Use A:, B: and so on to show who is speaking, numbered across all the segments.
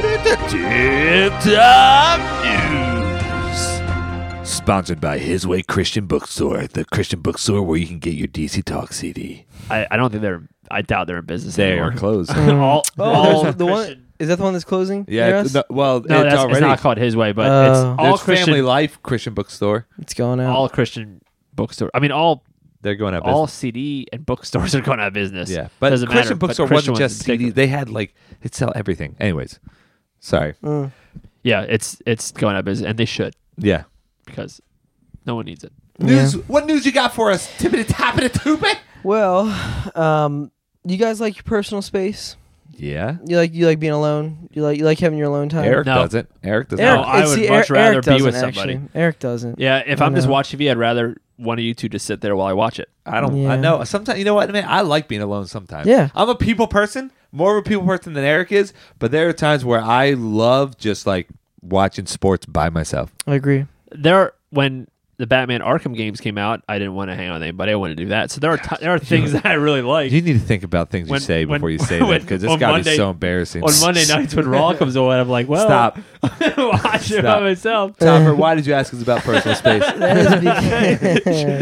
A: Tip Top News. Sponsored by His Way Christian Bookstore, the Christian bookstore where you can get your DC Talk CD.
B: I, I don't think they're. I doubt they're in business.
A: They
B: anymore.
A: are closed.
B: all,
C: Oh,
B: all
C: there's the one
B: Christian-
C: is that the one that's closing? near
D: Yeah,
C: us?
D: it's, no, well,
B: No,
D: it's
B: that's,
D: already
B: it's not called his way, but
C: Oh.
B: it's all
D: there's
B: Christian.
D: Family Life Christian Bookstore.
C: it's going out.
B: all Christian bookstore. I mean, all
D: They're going up.
B: all CD and bookstores are going out of business.
D: yeah, but
B: Doesn't
D: Christian
B: matter, but
D: Bookstore
B: Christian
D: wasn't
B: ones
D: just
B: in
D: CD. They had like it sell everything. Anyways, sorry.
C: Mm.
B: particular. Yeah, it's it's going out of business, and they should
D: Yeah.
B: because no one needs it.
D: News. What news you got for us? Tippity tappity toopit.
C: Well, um, you guys like your personal space.
D: Yeah.
C: You like you like being alone. You like you like having your alone time.
D: Eric
B: Uh, No.
D: doesn't. Eric doesn't.
C: Eric
B: No, I
C: and
B: would
C: see,
B: much
C: Eric-
B: rather
C: Eric
B: be with
C: doesn't,
B: somebody.
C: actually. Eric doesn't.
B: Yeah, if I'm just
C: know.
B: watching TV, I'd rather one of you two just sit there while I watch it.
D: I don't.
C: Yeah.
D: I know. Sometimes you know what, man. I like being alone. Sometimes.
C: Yeah.
D: I'm a people person, more of a people person than Eric is. But there are times where I love just like watching sports by myself.
C: I agree.
B: There, when the Batman Arkham games came out, I didn't want to hang out with anybody. I wanted to do that. So there are t- there are things that I really like.
D: You need to think about things
B: When-
D: you say
B: when-
D: before you say that
B: when-
D: because it's
B: on
D: got to be
B: Monday-
D: so embarrassing.
B: on Monday nights when Raw comes on, I'm like, well,
D: Stop.
B: watch it by
D: Stop.
B: myself.
D: Topper, why did you ask us about personal space?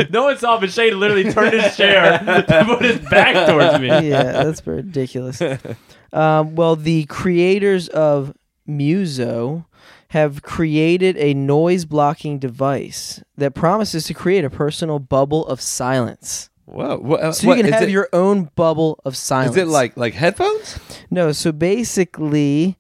B: no one saw, but Shane literally turned his chair and put his back towards me.
C: yeah, that's ridiculous. Um, well, the creators of Muso have created a noise blocking device that promises to create a personal bubble of silence.
D: Whoa. What, uh,
C: So
D: what,
C: you
D: is
C: can have
D: it-
C: your own bubble of silence.
D: Is it like like headphones?
C: No, so basically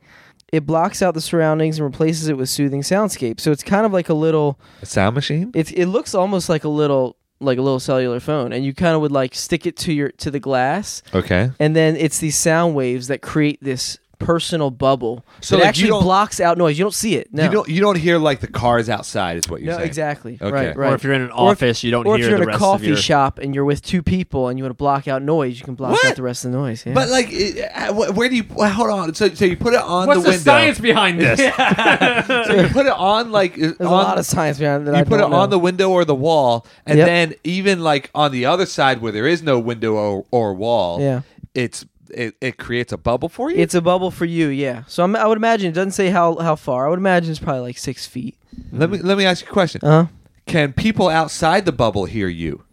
C: it blocks out the surroundings and replaces it with soothing soundscape. So it's kind of like a little
D: A sound machine?
C: it's it looks almost like a little like a little cellular phone and you kind of would like stick it to your to the glass
D: Okay.
C: and then it's these sound waves that create this personal bubble.
D: So,
C: So
D: like,
C: it
D: you
C: actually
D: don't-
C: blocks out noise. You don't see it. No,
D: You don't you don't hear like the cars outside is what you're
C: no,
D: saying.
C: exactly.
D: Okay.
C: Right,
B: Or
C: right.
B: if you're in an
C: Or if-
B: office, you don't
C: or
B: hear
C: if you're
B: the
C: in a
B: rest
C: coffee
B: of your.
C: shop and you're with two people and you want to block out noise, you can block
D: What?
C: out the rest of the noise. Yeah.
D: But like, it, uh, wh- where do you well, hold on? So, so you put it on
B: What's
D: the
B: the,
D: window.
B: science behind this?
D: so you put it on like there's
C: there's a lot of science behind that.
D: you
C: I
D: put it
C: don't know.
D: on the window or the wall, and
C: Yep.
D: then even like on the other side where there is no window or, or wall,
C: Yeah.
D: it's it, it creates a bubble for you.
C: It's a bubble for you, yeah. So I'm, I would imagine it doesn't say how how far. I would imagine it's probably like six feet.
D: let me let me ask you a question.
C: Uh huh.
D: Can people outside the bubble hear you?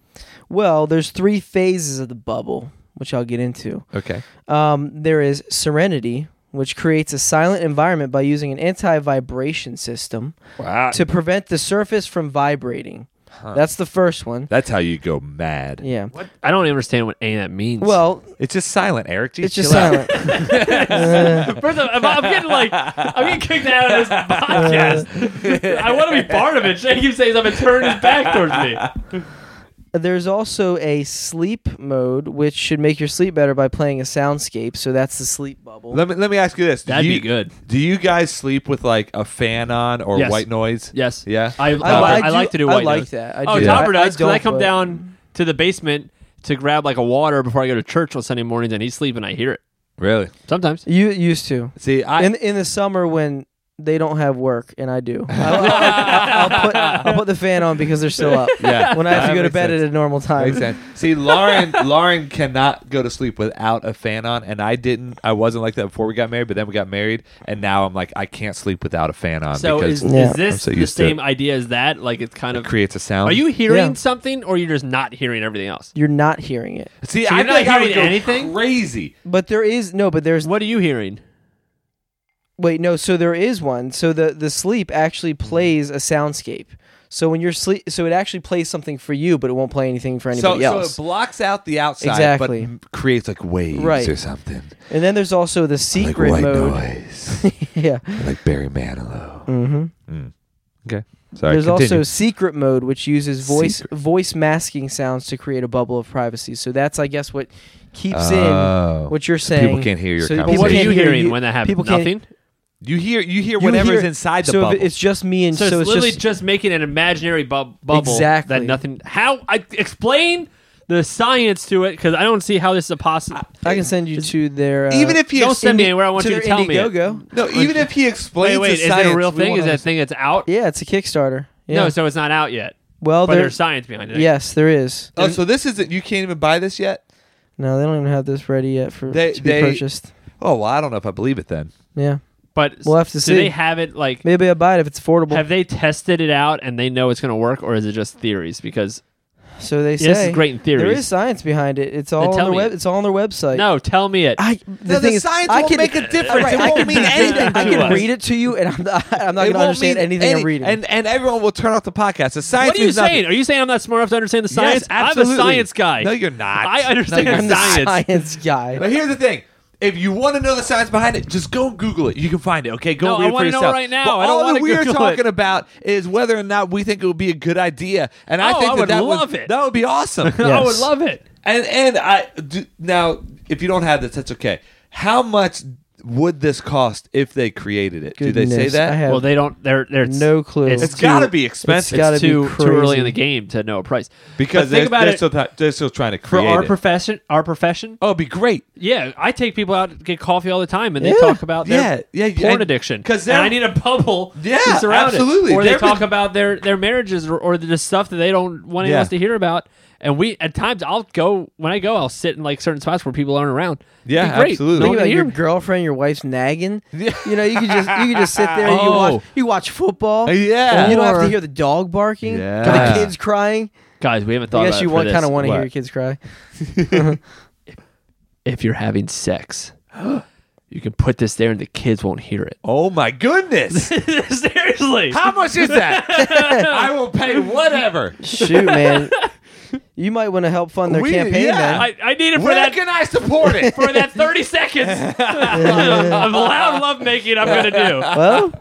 C: Well, there's three phases of the bubble, which I'll get into.
D: Okay.
C: Um, there is Serenity, which creates a silent environment by using an anti vibration system
D: Wow.
C: to prevent the surface from vibrating. That's the first one.
D: That's how you go mad.
C: Yeah.
B: What? I don't understand what any of that means.
C: Well,
D: It's just silent, Eric. Jeez,
C: it's just
D: chill out.
C: silent.
B: First of all, I'm, I'm getting like I'm getting kicked out of this podcast. I want to be part of it. Shane keeps saying something, turn his back towards me.
C: There's also a sleep mode, which should make your sleep better by playing a soundscape. So that's the sleep bubble.
D: Let me let me ask you this. Do
B: That'd
D: you-
B: be good.
D: Do you guys sleep with like a fan on or
B: Yes.
D: white noise?
B: Yes.
D: Yeah.
B: I, I,
C: li-
B: I like to do white
C: I like
B: noise.
C: that. I
B: Oh,
C: do.
D: Yeah.
B: Topper
C: I- I
B: does. 'cause I,
C: don't,
B: come
C: but-
B: down to the basement to grab like a water before I go to church on Sunday mornings, and he's sleeping. I hear it
D: really.
B: sometimes.
C: You used to.
D: See, I
C: in in the summer when they don't have work and I do. I'll, I'll- I'll put, I'll put the fan on because they're still up.
D: Yeah.
C: When I have
D: That
C: to go to
D: makes
C: bed
D: sense.
C: at a normal time.
B: Um,
D: makes sense. See, Lauren Lauren cannot go to sleep without a fan on, and I didn't. I wasn't like that before we got married, but then we got married, and now I'm like I can't sleep without a fan on
B: So
D: because
B: is,
D: it
C: Yeah.
B: is this
D: I'm so
B: the
D: used to it.
B: same idea as that? Like it's kind of.
D: creates a sound.
B: Are you hearing
C: Yeah.
B: something, or you're just not hearing everything else?
C: You're not hearing it.
D: See,
B: so
D: I
B: you're not
D: think I would
B: hearing
D: go
B: anything?
D: Crazy.
C: But there is no, but there's
B: What are you hearing?
C: wait, no, so there is one. So the the sleep actually
D: Mm-hmm.
C: plays a soundscape. So when you're sleep so it actually plays something for you, but it won't play anything for
D: So,
C: anybody
D: so
C: else.
D: it blocks out the outside,
C: Exactly.
D: but m- creates like waves
C: Right.
D: or something,
C: and then there's also the
D: like
C: secret
D: white
C: mode.
D: noise,
C: yeah.
D: like Barry Manilow.
C: Mm-hmm.
D: Okay. Sorry.
C: There's
D: Uh, continue.
C: also secret mode, which uses voice
D: Secret.
C: voice masking sounds to create a bubble of privacy. So that's, I guess, what keeps
D: Oh.
C: in what you're
D: people
C: saying.
D: can't hear your
C: so people
D: But
B: What are
D: conversation.
C: can't
B: you
C: hear
B: hearing
C: you-
B: when that
C: people
B: happens?
C: can't-
B: Nothing.
D: you hear you hear
C: You
D: whatever's
C: hear-
D: inside the
C: so if
D: bubble.
C: It's just me and
B: So,
C: so,
B: it's, literally
C: just,
B: just, making an imaginary bub- bubble
C: Exactly.
B: that nothing. How I explain the science to it because I don't see how this is a possible.
C: I can send you to their uh,
D: even if he
B: Don't
D: ex-
B: send me
C: Indi-
B: anywhere. I want you to
C: their
B: tell me. it.
C: Indiegogo.
D: no, even if he
B: Wait,
D: explains
B: wait,
D: the
B: is
D: science,
B: it a real
D: we
B: thing? Is
D: wanna
B: that thing that's out?
C: Yeah, it's a Kickstarter. Yeah.
B: No, so it's not out yet.
C: well,
B: But
C: there,
B: there's science behind it.
C: yes, there is.
D: Oh, so this isn't. You can't even buy this yet.
C: No, they don't even have this ready yet for
D: They-
C: to be
D: they-
C: purchased.
D: Oh well, I don't know if I believe it then.
C: Yeah,
B: But
C: We'll have to
B: do
C: see.
B: they have it like?
C: maybe I buy it if it's affordable.
B: Have they tested it out and they know it's going to work, or is it just theories? Because
C: so they say
B: this is great in theory.
C: There is science behind it. It's all on
B: tell
C: their
B: me
C: web.
B: it.
C: It's all on their website.
B: no, tell me it.
C: I, the
D: No, the
C: thing is,
D: science
C: I
D: won't
C: can,
D: make a difference.
C: Right,
D: It
C: I
D: won't
C: can
D: mean anything
C: I
D: to
C: can
D: us.
C: read it to you, and I'm not, I'm not
D: It
C: going to
D: won't
C: understand
D: mean
C: anything
D: any-
C: I'm reading.
D: and and everyone will turn off the podcast. The science.
B: what are you
D: means nothing.
B: saying? Are you saying I'm not smart enough to understand the science?
D: Yes, absolutely.
B: I'm a science guy.
D: No, you're not.
B: I understand
D: No, you're
C: I'm
D: not.
B: science.
C: the science guy.
D: But here's the thing. If you want to know the science behind it, just go and Google it. You can find it. Okay, go
B: No, I
D: read it for
B: wanna know
D: yourself.
B: right now.
D: But
B: I don't
D: all
B: wanna
D: that we're
B: Google it.
D: talking about is whether or not we think it would be a good idea. And I
B: Oh,
D: think
B: I
D: that
B: would
D: that
B: love it.
D: That would be awesome.
B: I would
C: Yes.
B: love it.
D: And and I do, now, if you don't have this, that's okay. How much would this cost if they created it? do they say
C: Goodness,
D: that?
C: I have
B: Well, they don't. They're they're
C: no clue.
B: It's,
D: it's got to
B: too-
D: be
C: it's
D: expensive
C: got to be
B: too
C: crazy.
B: too early in the game to know a price.
D: because
B: But think
D: they're,
B: about
D: they're
B: it
D: still ti- they're still trying to
B: for
D: create
B: our
D: it.
B: profession. Our profession.
D: oh, it'd be great.
B: Yeah, I take people out to get coffee all the time, and they
C: Yeah.
B: talk about their
D: Yeah, yeah,
B: porn
D: and-
B: addiction.
D: 'cause
B: and
D: they're-
B: I need a bubble.
D: Yeah,
B: to surround it.
D: absolutely.
B: Or they
D: They're-
B: talk about their their marriages or, or the stuff that they don't want anyone
D: Yeah.
B: else to hear about. And we at times I'll go when I go I'll sit in like certain spots where people aren't around.
D: Yeah,
B: It'd be great.
D: absolutely.
B: No
D: Think
B: one can
C: Think about
B: hear
C: your
B: me.
C: girlfriend, your wife's nagging.
D: Yeah.
C: You know, you could just you could just sit there. and You
D: Oh.
C: watch you watch football.
D: Uh, Yeah.
C: and you don't have to
D: Or-
C: hear the dog barking or
D: Yeah.
C: the kids crying.
B: Guys, we haven't thought
C: I
B: about
C: guess
B: it
C: you
B: for
C: want
B: this.
C: kind of want to hear
D: What?
C: your kids cry.
B: if you're having sex, you can put this there and the kids won't hear it.
D: Oh my goodness!
B: Seriously.
D: How much is that? I will pay whatever.
C: Shoot, man, you might want to help fund their
D: We-
C: campaign.
D: yeah.
C: Then.
B: I, I need it for
D: Where
B: that
D: can I support it?
B: for that 30 seconds of loud lovemaking I'm going to do.
C: well,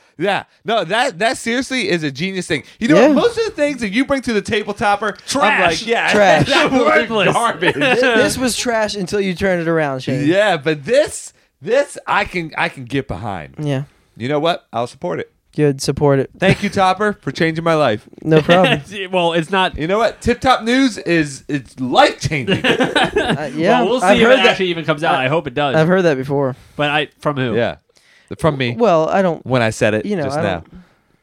D: yeah, no, that that seriously is a genius thing. You know,
C: Yeah.
D: what? most of the things that you bring to the table topper, I'm
B: Trash.
D: like, yeah,
C: Trash.
D: that was
B: Worthless.
D: garbage.
C: thi- this was trash until you turned it around, Shane.
D: yeah, but this this I can I can get behind.
C: Yeah.
D: You know what? I'll support it.
C: Good. Support it.
D: Thank you, Topper, for changing my life.
C: No problem.
B: well, it's not.
D: You know what? Tip Top News is it's life changing.
C: Uh, yeah,
B: well, we'll see
C: I've
B: if
C: heard
B: it
C: that.
B: actually even comes out. I, hope it does.
C: I've heard that before.
B: but I from who?
D: yeah, from me
C: Well, I don't.
D: when I said it
C: You know,
D: just
C: I
D: now.
C: don't-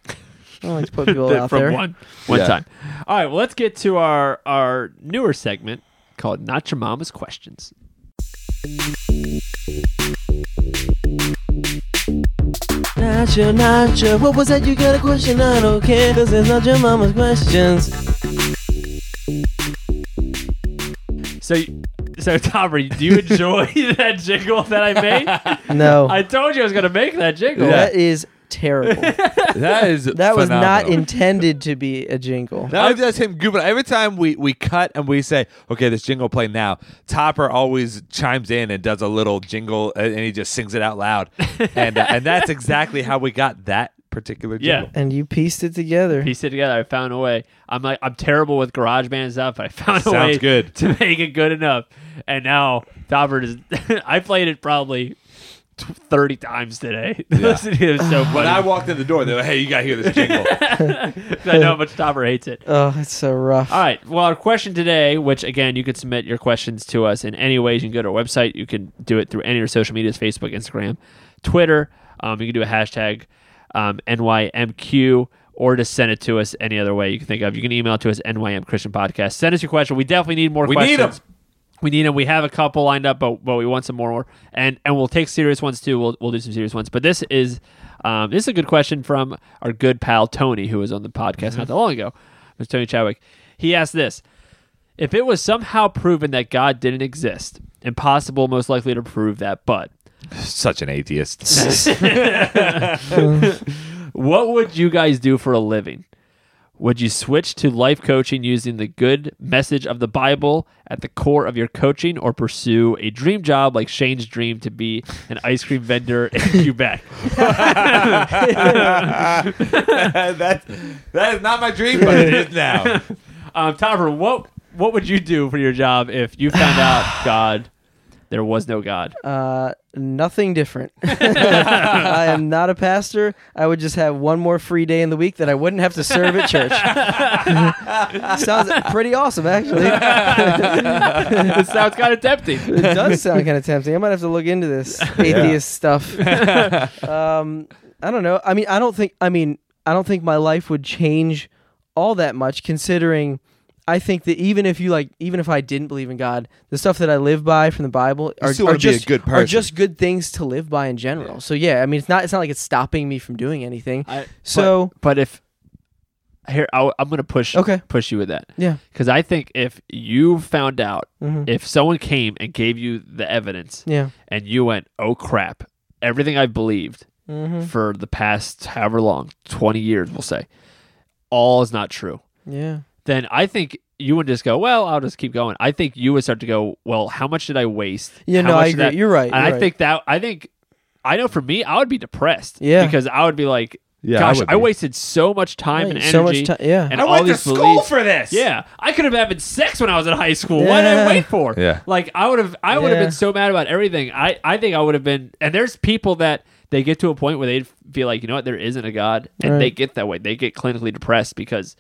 C: I don't like to put people
B: Th-
C: out
B: from
C: there.
B: one one
D: Yeah.
B: time. All right. Well, let's get to our our newer segment called "Not Your Mama's Questions."
C: Nacho, Nacho, what was that? You got a question? I don't care. This is not your mama's questions.
B: So, so Topper, do you enjoy that jingle that I made?
C: No,
B: I told you I was going to make that jingle.
D: Yeah.
C: that is terrible.
D: That is
C: That was not
D: phenomenal.
C: intended to be a jingle.
D: That was just him goofing. Every time we, we cut and we say, okay, this jingle play now, Topper always chimes in and does a little jingle uh, and he just sings it out loud. And, uh, and that's exactly how we got that particular
B: Yeah.
D: jingle.
C: And you pieced it together.
B: pieced it together. I found a way. I'm like I'm terrible with garage band stuff, but I found a
D: Sounds
B: way
D: good.
B: to make it good enough. And now Topper is I played it probably tw- 30 times today. Listening to it is so
D: When I
B: funny.
D: walked in the door, they were like, hey, you got to hear this jingle.
B: I know how much Topper hates it.
C: Oh, it's so rough.
B: All right. Well, our question today, which again, you could submit your questions to us in any ways. You can go to our website. You can do it through any of our social medias Facebook, Instagram, Twitter. Um, you can do a hashtag um, NYMQ or just send it to us any other way you can think of. You can email it to us, NYMChristianPodcast. Send us your question. We definitely need more
D: We
B: questions.
D: need 'em.
B: We need them. We have a couple lined up, but but we want some more. And and we'll take serious ones too. We'll we'll do some serious ones. But this is um, this is a good question from our good pal Tony, who was on the podcast
D: Mm-hmm.
B: not that long ago. Mr. Tony Chadwick. He asked this: If it was somehow proven that God didn't exist, impossible most likely to prove that, but
D: Such an atheist.
B: what would you guys do for a living? Would you switch to life coaching using the good message of the Bible at the core of your coaching or pursue a dream job like Shane's dream to be an ice cream vendor in Quebec?
D: that, that is not my dream, but it is now.
B: Um, Topper, what what would you do for your job if you found out God there was no God?
C: Uh, nothing different. I am not a pastor. I would just have one more free day in the week that I wouldn't have to serve at church. Sounds pretty awesome, actually.
B: it sounds kind of tempting.
C: It does sound kind of tempting. I might have to look into this atheist stuff. um, I don't know. I mean, I don't think. I mean, I don't think my life would change all that much, considering I think that even if you like, even if I didn't believe in God, the stuff that I live by from the Bible are,
D: still
C: are
D: wanna be a
C: just
D: good
C: are
D: person.
C: just good things to live by in general. So yeah, I mean, it's not it's not like it's stopping me from doing anything.
B: I,
C: So-
B: but, but if here, I, am going to push
C: Okay.
B: push you with that
C: Yeah.
B: because I think if you found out
C: hmm
B: if someone came and gave you the evidence
C: Yeah.
B: and you went, oh crap, everything I've believed
C: hmm
B: for the past however long, 20 years, we'll say, all is not true,
C: Yeah.
B: then I think you would just go, well, I'll just keep going. I think you would start to go, well, how much did I waste?
C: Yeah.
B: How
C: no,
B: much
C: I
B: did
C: agree.
B: that-
C: you're right.
B: and I
C: you're right.
B: think that, I think, I know for me, I would be depressed.
C: Yeah.
B: Because I would be like,
D: Yeah, I
B: gosh,
D: would
B: I,
D: be.
B: wasted so much time and
C: Right,
B: energy.
C: so much time. Yeah.
B: And
D: I
B: all
D: went to
B: these
D: school
B: beliefs.
D: for this.
B: Yeah, I could have been having sex when I was in high school. What did I
C: Yeah.
B: wait for?
D: Yeah.
B: like I would have. I would have
C: Yeah.
B: been so mad about everything. I I think I would have been. And there's people that they get to a point where they feel like you know what there isn't a god, and
C: Right.
B: they get that way. They get clinically depressed because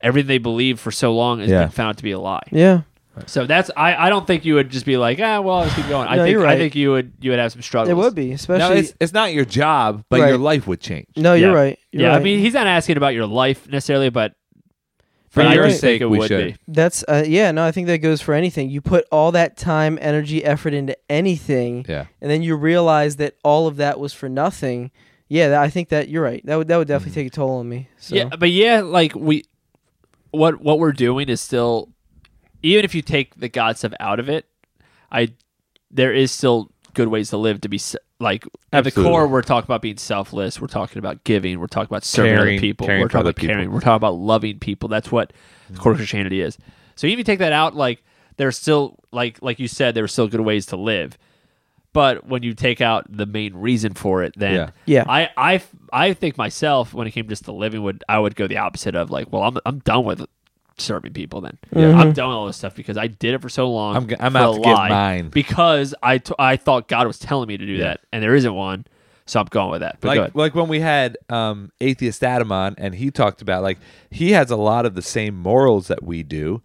B: everything they believe for so long has
D: Yeah.
B: been found to be a lie.
C: yeah.
B: So that's I I don't think you would just be like ah well I'll just keep going. I
C: No,
B: think
C: you're
B: I
C: right.
B: think you would you would have some struggles.
C: It would be,
D: Now,
C: especially.
D: it's, it's not your job, but
C: Right.
D: your life would change.
C: No, you're
B: Yeah.
C: right. You're
B: yeah,
C: right.
B: I mean he's not asking about your life necessarily, but
D: For
B: but I
D: your
B: just think
D: sake,
B: it
D: we
B: would
D: should.
B: be.
C: that's uh, yeah. No, I think that goes for anything. You put all that time, energy, effort into anything,
D: Yeah.
C: and then you realize that all of that was for nothing. Yeah, that, I think that you're right. That would that would definitely take a toll on me. So.
B: Mm. Yeah, but yeah, like we, what what we're doing is still, even if you take the God stuff out of it, I, there is still good ways to live to be s- like at
D: Absolutely.
B: the core. We're talking about being selfless. We're talking about giving. We're talking about serving
D: Caring-
B: other people.
D: caring
B: we're
D: for
B: talking
D: other
B: about
D: people. Mm.
B: caring. We're talking about loving people. That's what core Christianity is. So even if you take that out, like there's still like like you said, there's still good ways to live. But when you take out the main reason for it, then
D: Yeah.
C: Yeah.
B: I, I, I think myself when it came just to living would I would go the opposite of like well I'm I'm done with serving people then I'm done with all this stuff because I did it for so long
D: I'm g- I'm
B: for
D: out
B: a
D: to get
B: lie,
D: mine.
B: because I, t- I thought God was telling me to do that and there isn't one so I'm going with that but go
D: like
B: ahead.
D: like when we had um, atheist Adam on, and he talked about like he has a lot of the same morals that we do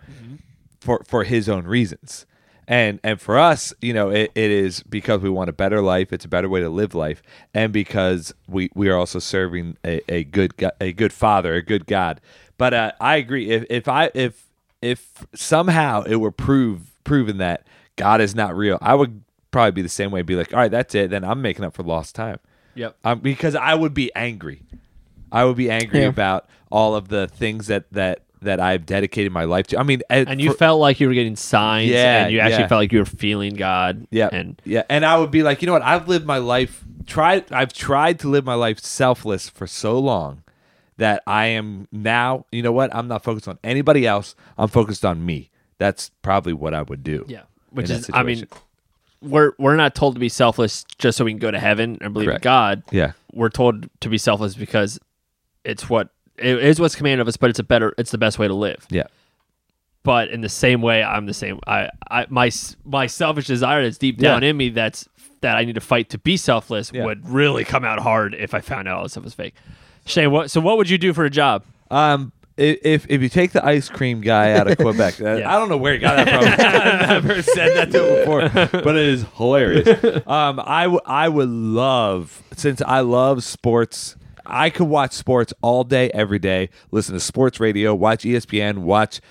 D: for for his own reasons, and and for us, you know, it, it is because we want a better life. It's a better way to live life, and because we we are also serving a, a good go- a good father, a good God. But uh, I agree. If if I if if somehow it were prove proven that God is not real, I would probably be the same way. Be like, all right, that's it. Then I'm making up for lost time.
B: Yep.
D: Um, because I would be angry. I would be angry
C: Yeah.
D: about all of the things that that that I've dedicated my life to. I mean, uh,
B: and you
D: for-
B: felt like you were getting signs
D: Yeah,
B: and you actually
D: yeah.
B: felt like you were feeling God
D: yeah,
B: and
D: yeah, and I would be like, you know what? I've lived my life. Tried. I've tried to live my life selfless for so long that I am now. You know what? I'm not focused on anybody else. I'm focused on me. That's probably what I would do.
B: Yeah, which
D: in that
B: is, I mean,
D: situation.
B: we're we're not told to be selfless just so we can go to heaven and believe in
D: Correct.
B: God.
D: Yeah.
B: we're told to be selfless because it's what it is what's commanded of us, but it's a better, it's the best way to live.
D: Yeah.
B: But in the same way, I'm the same. I, I my s- my selfish desire that's deep down
D: Yeah.
B: in me that's that I need to fight to be selfless
D: Yeah.
B: would really come out hard if I found out all this stuff was fake. Shane, what? So what would you do for a job?
D: Um. i- If if you take the ice cream guy out of Quebec, that-
B: Yeah.
D: I don't know where he got that from. I've never said that to him before, but it is hilarious. Um, I w- I would love since I love sports. I could watch sports all day, every day. Listen to sports radio, watch E ESPN, watch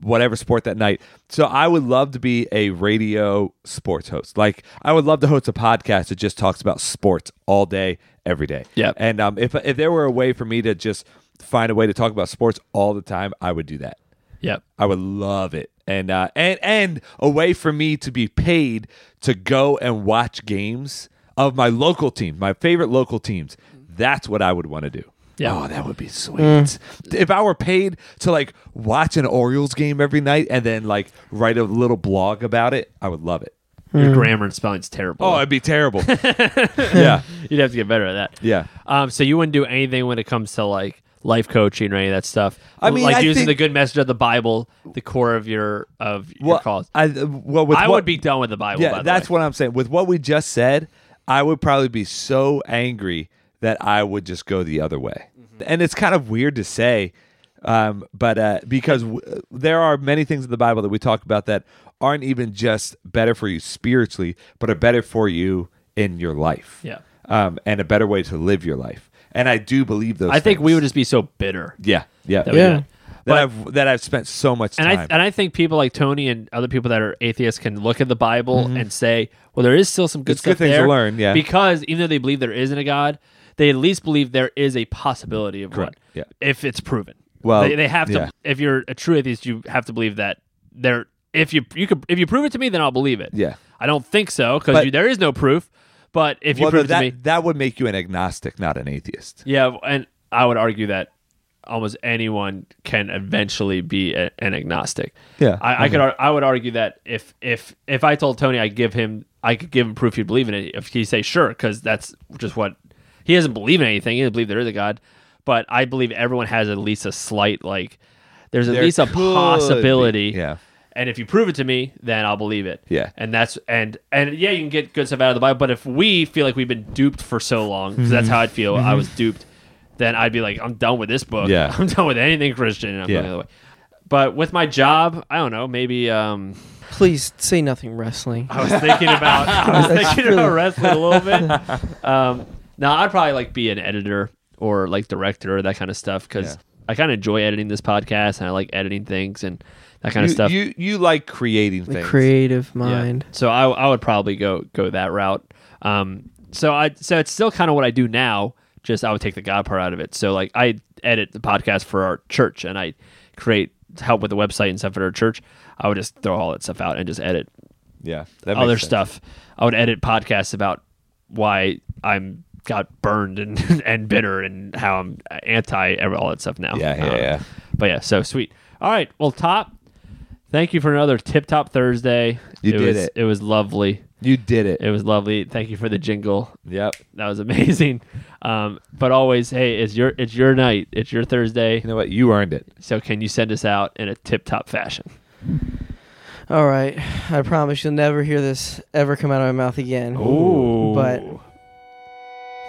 D: whatever sport that night. So I would love to be a radio sports host. Like I would love to host a podcast that just talks about sports all day, every day.
B: Yep.
D: And um, if if there were a way for me to just find a way to talk about sports all the time, I would do that.
B: Yep.
D: I would love it. And uh, and and a way for me to be paid to go and watch games of my local team, my favorite local teams. That's what I would want to do.
B: Yeah.
D: Oh, that would be sweet. If I were paid to like watch an Orioles game every night and then like write a little blog about it, I would love it.
B: Your grammar and spelling's terrible.
D: Oh, it'd be terrible. yeah.
B: You'd have to get better at that.
D: Yeah.
B: Um, so you wouldn't do anything when it comes to like life coaching or any of that stuff.
D: I mean,
B: like
D: I
B: using
D: think-
B: the good message of the Bible, the core of your of your cause.
D: I well with
B: I
D: what-
B: would be done with the Bible. Oh, by
D: Yeah,
B: the
D: that's
B: way.
D: what I'm saying. With what we just said, I would probably be so angry that I would just go the other way.
B: Mm-hmm.
D: And it's kind of weird to say, um, but uh, because w- there are many things in the Bible that we talk about that aren't even just better for you spiritually, but are better for you in your life.
B: Yeah.
D: um, and a better way to live your life. And I do believe those.
B: I think we
D: things.
B: would just be so bitter.
D: Yeah, yeah,
B: that we
C: Yeah.
B: did it.
D: that I've that I've spent so much time.
B: and I and I think people like Tony and other people that are atheists can look at the Bible and say, well, there is still some
D: Mm-hmm.
B: good
D: It's
B: stuff
D: good things to
B: there.
D: learn, yeah.
B: because even though they believe there isn't a God, they at least believe there is a possibility of
D: Correct,
B: one,
D: yeah.
B: if it's proven.
D: Well,
B: they, they have to.
D: yeah.
B: If you're a true atheist, you have to believe that there. If you you could if you prove it to me, then I'll believe it.
D: Yeah.
B: I don't think so because
D: But-
B: there is no proof. But if you
D: well,
B: prove it
D: that
B: to me,
D: that would make you an agnostic, not an atheist.
B: yeah, and I would argue that almost anyone can eventually be a, an agnostic.
D: Yeah,
B: I, I could. ar- I would argue that if if if I told Tony I give him, I could give him proof he'd believe in it. If he say sure, because that's just what he doesn't believe in anything. He doesn't believe there is a god, but I believe everyone has at least a slight like. There's at
D: There
B: least a
D: could be,
B: possibility.
D: yeah.
B: And if you prove it to me, then I'll believe it.
D: Yeah.
B: And that's and and yeah, you can get good stuff out of the Bible, but if we feel like we've been duped for so long, 'cause
D: Mm-hmm.
B: that's how I'd feel. I was duped. Then I'd be like, I'm done with this book.
D: Yeah.
B: I'm done with anything Christian. And I'm going
D: Yeah.
B: the other way. But with my job, I don't know. Maybe um,
C: Please say nothing wrestling.
B: I was thinking about I was
C: That's
B: thinking
C: true.
B: about wrestling a little bit. Um, now I'd probably like be an editor or like director that kind of stuff because
D: Yeah.
B: I kind of enjoy editing this podcast and I like editing things and that kind
D: you,
B: of stuff.
D: you you like creating
C: The
D: things.
C: creative
B: Yeah.
C: mind.
B: So I, I would probably go go that route. Um, so I so it's still kind of what I do now. Just I would take the God part out of it. So like I edit the podcast for our church and I create help with the website and stuff at our church. I would just throw all that stuff out and just edit
D: yeah, that
B: other
D: makes sense.
B: stuff. I would edit podcasts about why I'm got burned and and bitter and how I'm anti every- all that stuff now.
D: Yeah, yeah,
B: Um,
D: yeah.
B: But yeah, so sweet. All right, well, top. Thank you for another tip top Thursday.
D: You
B: it
D: did
B: was,
D: it.
B: It was lovely.
D: You did it.
B: It was lovely. Thank you for the jingle.
D: Yep.
B: That was amazing. Um, but always, hey, it's your it's your night. It's your Thursday.
D: You know what? You earned it.
B: So can you send us out in a tip top fashion?
C: All right. I promise you'll never hear this ever come out of my mouth again.
B: Ooh.
C: But-